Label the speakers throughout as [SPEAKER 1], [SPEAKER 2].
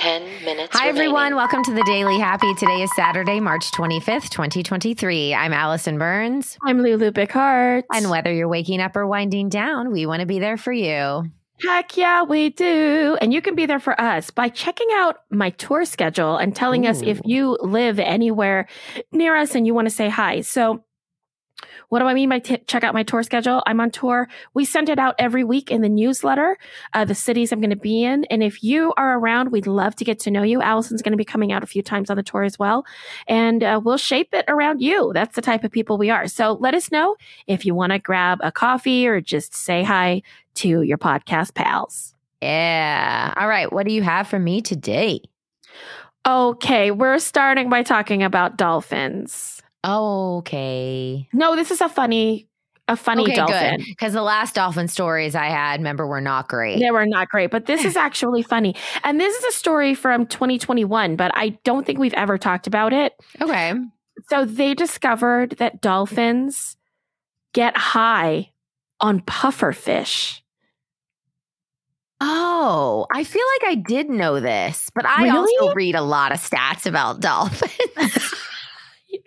[SPEAKER 1] 10 minutes.
[SPEAKER 2] Hi,
[SPEAKER 1] remaining.
[SPEAKER 2] everyone. Welcome to the Daily Happy. Today is Saturday, March 25th, 2023. I'm Allison Burns.
[SPEAKER 3] I'm Lulu Picard.
[SPEAKER 2] And whether you're waking up or winding down, we want to be there for you.
[SPEAKER 3] Heck yeah, we do. And you can be there for us by checking out my tour schedule and telling us if
[SPEAKER 2] Ooh.
[SPEAKER 3] you live anywhere near us and you want to say hi. So, what do I mean by t- check out my tour schedule? I'm on tour. We send it out every week in the newsletter, uh, the cities I'm going to be in. And if you are around, we'd love to get to know you. Allison's going to be coming out a few times on the tour as well. And uh, we'll shape it around you. That's the type of people we are. So let us know if you want to grab a coffee or just say hi to your podcast pals.
[SPEAKER 2] Yeah. All right. What do you have for me today?
[SPEAKER 3] Okay, we're starting by talking about dolphins.
[SPEAKER 2] Okay.
[SPEAKER 3] No, this is a funny, a funny
[SPEAKER 2] okay,
[SPEAKER 3] dolphin.
[SPEAKER 2] Because the last dolphin stories I had, remember, were not great.
[SPEAKER 3] They were not great, but this is actually funny. And this is a story from 2021, but I don't think we've ever talked about it.
[SPEAKER 2] Okay.
[SPEAKER 3] So they discovered that dolphins get high on puffer fish.
[SPEAKER 2] Oh, I feel like I did know this, but I
[SPEAKER 3] Really?
[SPEAKER 2] also read a lot of stats about dolphins.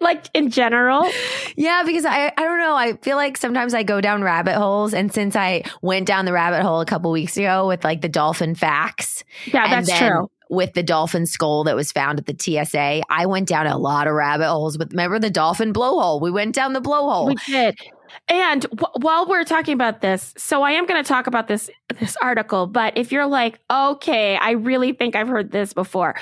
[SPEAKER 3] Like in general,
[SPEAKER 2] Yeah, because I, I don't know. I feel like sometimes I go down rabbit holes. And since I went down the rabbit hole a couple weeks ago with like the dolphin facts,
[SPEAKER 3] yeah,
[SPEAKER 2] And
[SPEAKER 3] that's
[SPEAKER 2] then-
[SPEAKER 3] true.
[SPEAKER 2] with the dolphin skull that was found at the TSA, I went down a lot of rabbit holes. With remember the dolphin blowhole? We went down the blowhole.
[SPEAKER 3] We did. And w- while we're talking about this, so I am going to talk about this this article, but if you're like, "Okay, I really think I've heard this before."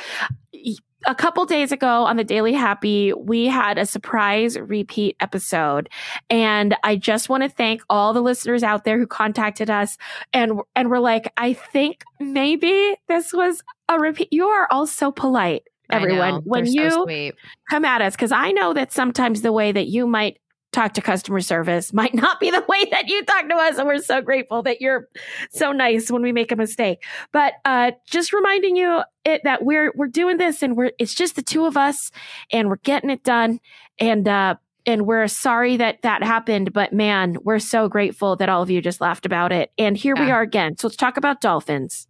[SPEAKER 3] y- A couple days ago on the Daily Happy, we had a surprise repeat episode, and I just want to thank all the listeners out there who contacted us and and were like, "I think maybe this was a repeat." You are all so polite,
[SPEAKER 2] I know,
[SPEAKER 3] everyone. when
[SPEAKER 2] they're so
[SPEAKER 3] you
[SPEAKER 2] sweet.
[SPEAKER 3] come at us because I know that sometimes the way that you might talk to customer service might not be the way that you talk to us. And we're so grateful that you're so nice when we make a mistake. But uh, just reminding you it, that we're we're doing this and we're it's just the two of us and we're getting it done. And uh, and we're sorry that that happened, but man, we're so grateful that all of you just laughed about it. And here we
[SPEAKER 2] Yeah.
[SPEAKER 3] are again. So let's talk about dolphins.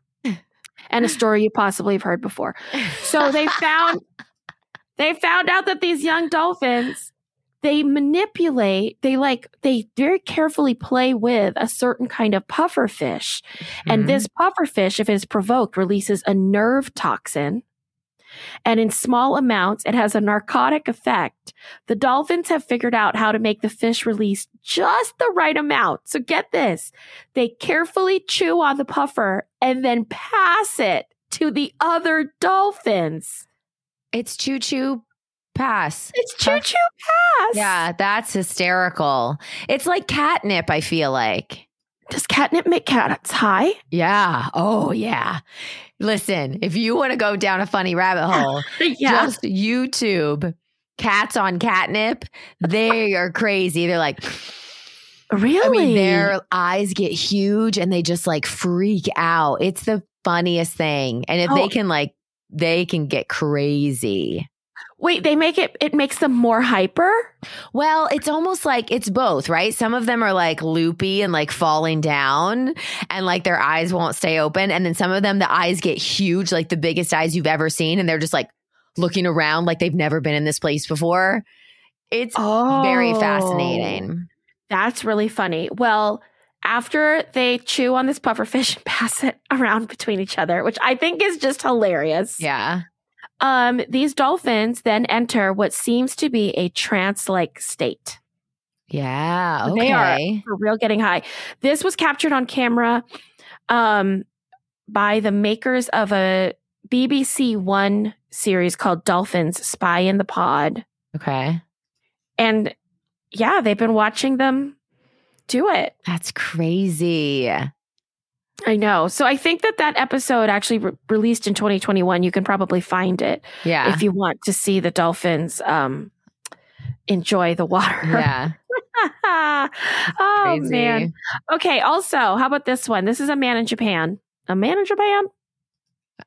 [SPEAKER 3] And a story you possibly have heard before. So they found they found out that these young dolphins they manipulate, they like they very carefully play with a certain kind of puffer fish.
[SPEAKER 2] Mm-hmm.
[SPEAKER 3] And this puffer fish, if it is provoked, releases a nerve toxin. And in small amounts, it has a narcotic effect. The dolphins have figured out how to make the fish release just the right amount. So get this they carefully chew on the puffer and then pass it to the other dolphins.
[SPEAKER 2] it's choo choo pass.
[SPEAKER 3] It's choo choo pass.
[SPEAKER 2] Yeah, that's hysterical. It's like catnip, I feel like.
[SPEAKER 3] Does catnip make cats high?
[SPEAKER 2] Yeah. Oh, yeah. Listen, if you want to go down a funny rabbit hole, just YouTube cats on catnip. They are crazy. They're like,
[SPEAKER 3] really?
[SPEAKER 2] I mean, their eyes get huge and they just like freak out. It's the funniest thing. And if they
[SPEAKER 3] Oh.
[SPEAKER 2] can, like, they can get crazy.
[SPEAKER 3] Wait, they make it, it makes them more hyper?
[SPEAKER 2] Well, it's almost like it's both, right? Some of them are like loopy and like falling down and like their eyes won't stay open. And then some of them, the eyes get huge, like the biggest eyes you've ever seen. And they're just like looking around like they've never been in this place before. It's
[SPEAKER 3] Oh.
[SPEAKER 2] very fascinating.
[SPEAKER 3] That's really funny. Well, after they chew on this pufferfish and pass it around between each other, which I think is just hilarious.
[SPEAKER 2] Yeah.
[SPEAKER 3] Um, these dolphins then enter what seems to be a trance-like state.
[SPEAKER 2] Yeah. Okay.
[SPEAKER 3] They are- For real getting high. This was captured on camera um by the makers of a BBC One series called Dolphins Spy in the Pod.
[SPEAKER 2] okay.
[SPEAKER 3] And yeah, they've been watching them do it.
[SPEAKER 2] That's crazy.
[SPEAKER 3] I know. So I think that that episode actually re- released in 2021. You can probably find it
[SPEAKER 2] Yeah.
[SPEAKER 3] if you want to see the dolphins um, enjoy the water.
[SPEAKER 2] yeah.
[SPEAKER 3] oh
[SPEAKER 2] Crazy.
[SPEAKER 3] man. Okay. Also, how about this one? This is a man in Japan. A man in Japan.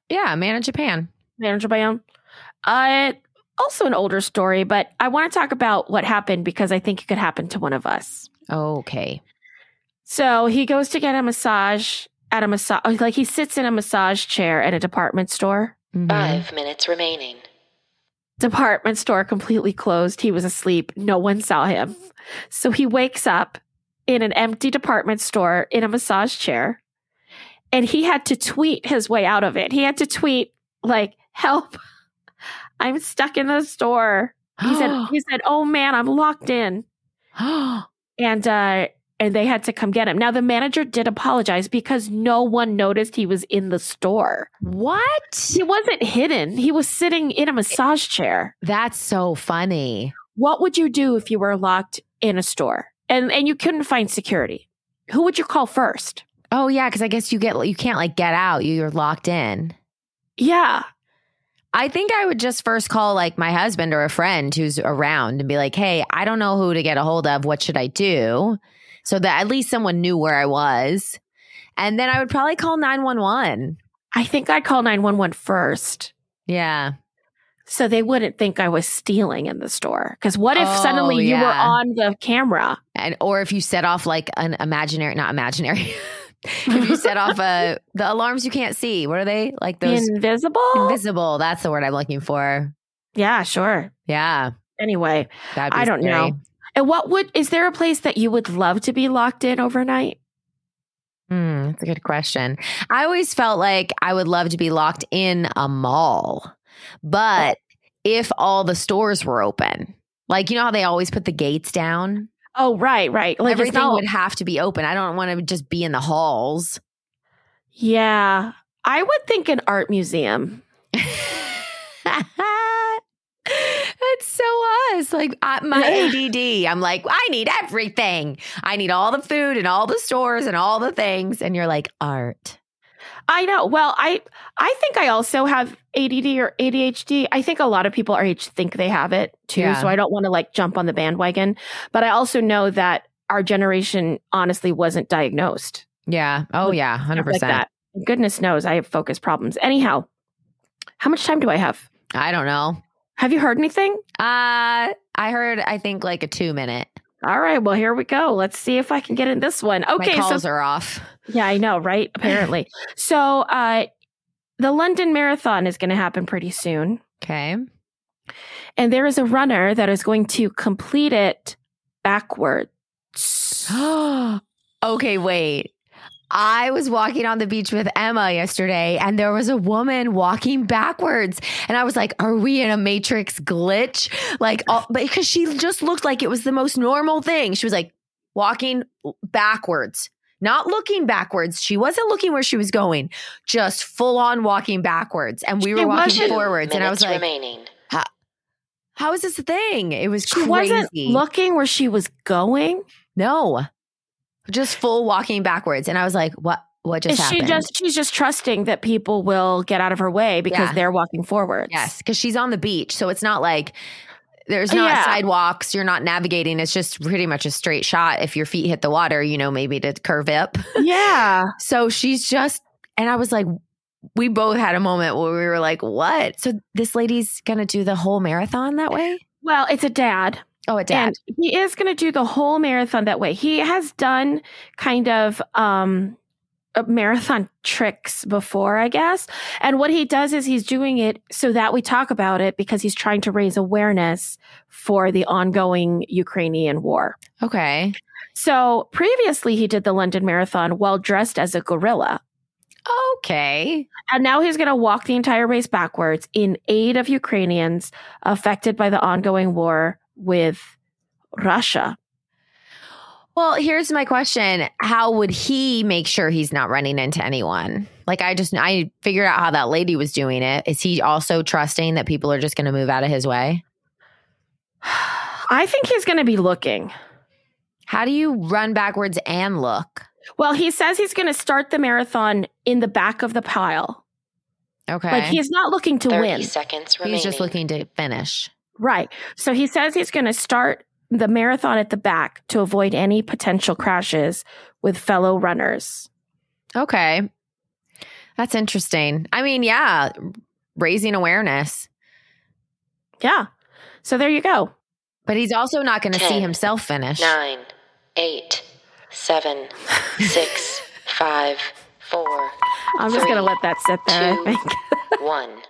[SPEAKER 2] Yeah. Man in Japan.
[SPEAKER 3] Man in Japan. Uh, also an older story, but I want to talk about what happened because I think it could happen to one of us.
[SPEAKER 2] Okay.
[SPEAKER 3] So he goes to get a massage at a massage, like he sits in a massage chair at a department store.
[SPEAKER 2] Mhm.
[SPEAKER 1] Five minutes remaining.
[SPEAKER 3] Department store completely closed. He was asleep. No one saw him. So he wakes up in an empty department store in a massage chair. And he had to tweet his way out of it. He had to tweet, like, help. I'm stuck in the store.
[SPEAKER 2] Mm-hmm.
[SPEAKER 3] He said, he said, Oh man, I'm locked in. And uh and they had to come get him. Now the manager did apologize because no one noticed he was in the store.
[SPEAKER 2] What?
[SPEAKER 3] He wasn't hidden. He was sitting in a massage chair.
[SPEAKER 2] That's so funny.
[SPEAKER 3] what would you do if you were locked in a store and and you couldn't find security? Who would you call first?
[SPEAKER 2] Oh yeah, because I guess you get you can't like get out. You- You're locked in.
[SPEAKER 3] Yeah,
[SPEAKER 2] I think I would just first call like my husband or a friend who's around and be like, "Hey, I don't know who to get a hold of. What should I do?" So that at least someone knew where I was. And then I would probably call 911.
[SPEAKER 3] I think I'd call 911 first
[SPEAKER 2] Yeah.
[SPEAKER 3] so they wouldn't think I was stealing in the store. Cuz what if
[SPEAKER 2] Oh,
[SPEAKER 3] suddenly you were
[SPEAKER 2] yeah.
[SPEAKER 3] on the camera?
[SPEAKER 2] And or if you set off like an imaginary not imaginary. if you set off uh the alarms you can't see. What are they? Like those
[SPEAKER 3] Invisible?
[SPEAKER 2] invisible. That's the word I'm looking for.
[SPEAKER 3] yeah, sure.
[SPEAKER 2] Yeah.
[SPEAKER 3] Anyway,
[SPEAKER 2] That'd be
[SPEAKER 3] I don't
[SPEAKER 2] scary.
[SPEAKER 3] know. and what would is there a place that you would love to be locked in overnight?
[SPEAKER 2] Hmm, that's a good question. I always felt like I would love to be locked in a mall, but if all the stores were open, like you know how they always put the gates down,
[SPEAKER 3] Oh, right, right. Like it's
[SPEAKER 2] everything
[SPEAKER 3] not-
[SPEAKER 2] would have to be open. I don't want to just be in the halls.
[SPEAKER 3] Yeah. I would think an art museum.
[SPEAKER 2] That's so us. Like I, my ADD, I'm like, I need everything. I need all the food and all the stores and all the things. And you're like, art.
[SPEAKER 3] I know. Well, I I think I also have ADD or ADHD. I think a lot of people our age think they have it too.
[SPEAKER 2] Yeah.
[SPEAKER 3] So I don't want to like jump on the bandwagon, but I also know that our generation honestly wasn't diagnosed.
[SPEAKER 2] Yeah. Oh yeah. Hundred
[SPEAKER 3] Stuff like
[SPEAKER 2] percent.
[SPEAKER 3] that. Goodness knows I have focus problems. Anyhow, how much time do I have?
[SPEAKER 2] I don't know.
[SPEAKER 3] Have you heard anything?
[SPEAKER 2] Uh, I heard. I think like a two minute.
[SPEAKER 3] All right, well here we go. Let's see if I can get in this one.
[SPEAKER 2] Okay,
[SPEAKER 3] Okay,
[SPEAKER 2] My calls
[SPEAKER 3] so
[SPEAKER 2] are off.
[SPEAKER 3] yeah, I know, right? Apparently. so, uh the London Marathon is going to happen pretty soon.
[SPEAKER 2] Okay.
[SPEAKER 3] And there is a runner that is going to complete it backwards.
[SPEAKER 2] okay, wait. I was walking on the beach with Emma yesterday, and there was a woman walking backwards, and I was like, "Are we in a matrix glitch?" Like, all, because she just looked like it was the most normal thing. She was like walking backwards, not looking backwards. She wasn't looking where she was going, just full on walking backwards, and we
[SPEAKER 3] She
[SPEAKER 2] were walking
[SPEAKER 3] wasn't-
[SPEAKER 2] forwards, and I was
[SPEAKER 1] minutes
[SPEAKER 2] like,
[SPEAKER 1] remaining.
[SPEAKER 2] How is this a thing? It was
[SPEAKER 3] She
[SPEAKER 2] crazy.
[SPEAKER 3] wasn't looking where she was going.
[SPEAKER 2] no, just full walking backwards, and I was like, "What? What just
[SPEAKER 3] Is
[SPEAKER 2] happened?"
[SPEAKER 3] she just she's just trusting that people will get out of her way because
[SPEAKER 2] Yeah.
[SPEAKER 3] they're walking forwards.
[SPEAKER 2] yes, because she's on the beach, so it's not like there's not
[SPEAKER 3] Yeah.
[SPEAKER 2] sidewalks. You're not navigating. It's just pretty much a straight shot. If your feet hit the water, you know maybe to curve up.
[SPEAKER 3] Uh-huh. Yeah.
[SPEAKER 2] So she's just, and I was like, we both had a moment where we were like, "What?" So this lady's gonna do the whole marathon that way?
[SPEAKER 3] Well, it's a dad.
[SPEAKER 2] Oh, a dad.
[SPEAKER 3] And he is going to do the whole marathon that way. He has done kind of um uh, marathon tricks before, I guess. And what he does is he's doing it so that we talk about it because he's trying to raise awareness for the ongoing Ukrainian war.
[SPEAKER 2] okay.
[SPEAKER 3] So, previously he did the London Marathon while dressed as a gorilla.
[SPEAKER 2] Okay.
[SPEAKER 3] And now he's going to walk the entire race backwards in aid of Ukrainians affected by the ongoing war with Russia.
[SPEAKER 2] Well, here's my question. How would he make sure he's not running into anyone? Like I just I figured out how that lady was doing it. Is he also trusting that people are just going to move out of his way?
[SPEAKER 3] I think he's going to be looking.
[SPEAKER 2] How do you run backwards and look?
[SPEAKER 3] Well, he says he's going to start the marathon in the back of the pile.
[SPEAKER 2] Okay.
[SPEAKER 3] Like he's not looking to
[SPEAKER 1] 30
[SPEAKER 3] win.
[SPEAKER 1] seconds remaining.
[SPEAKER 2] he's just looking to finish.
[SPEAKER 3] Right. So he says he's going to start the marathon at the back to avoid any potential crashes with fellow runners.
[SPEAKER 2] Okay. That's interesting. I mean, yeah, raising awareness,
[SPEAKER 3] Yeah. So there you go.
[SPEAKER 2] but he's also not going to see
[SPEAKER 1] Ten,
[SPEAKER 2] himself finish.
[SPEAKER 1] Nine, eight, seven, six, five, four,
[SPEAKER 2] Oh
[SPEAKER 3] I'm just going to let that sit there, I
[SPEAKER 1] Two.
[SPEAKER 3] think.
[SPEAKER 1] one.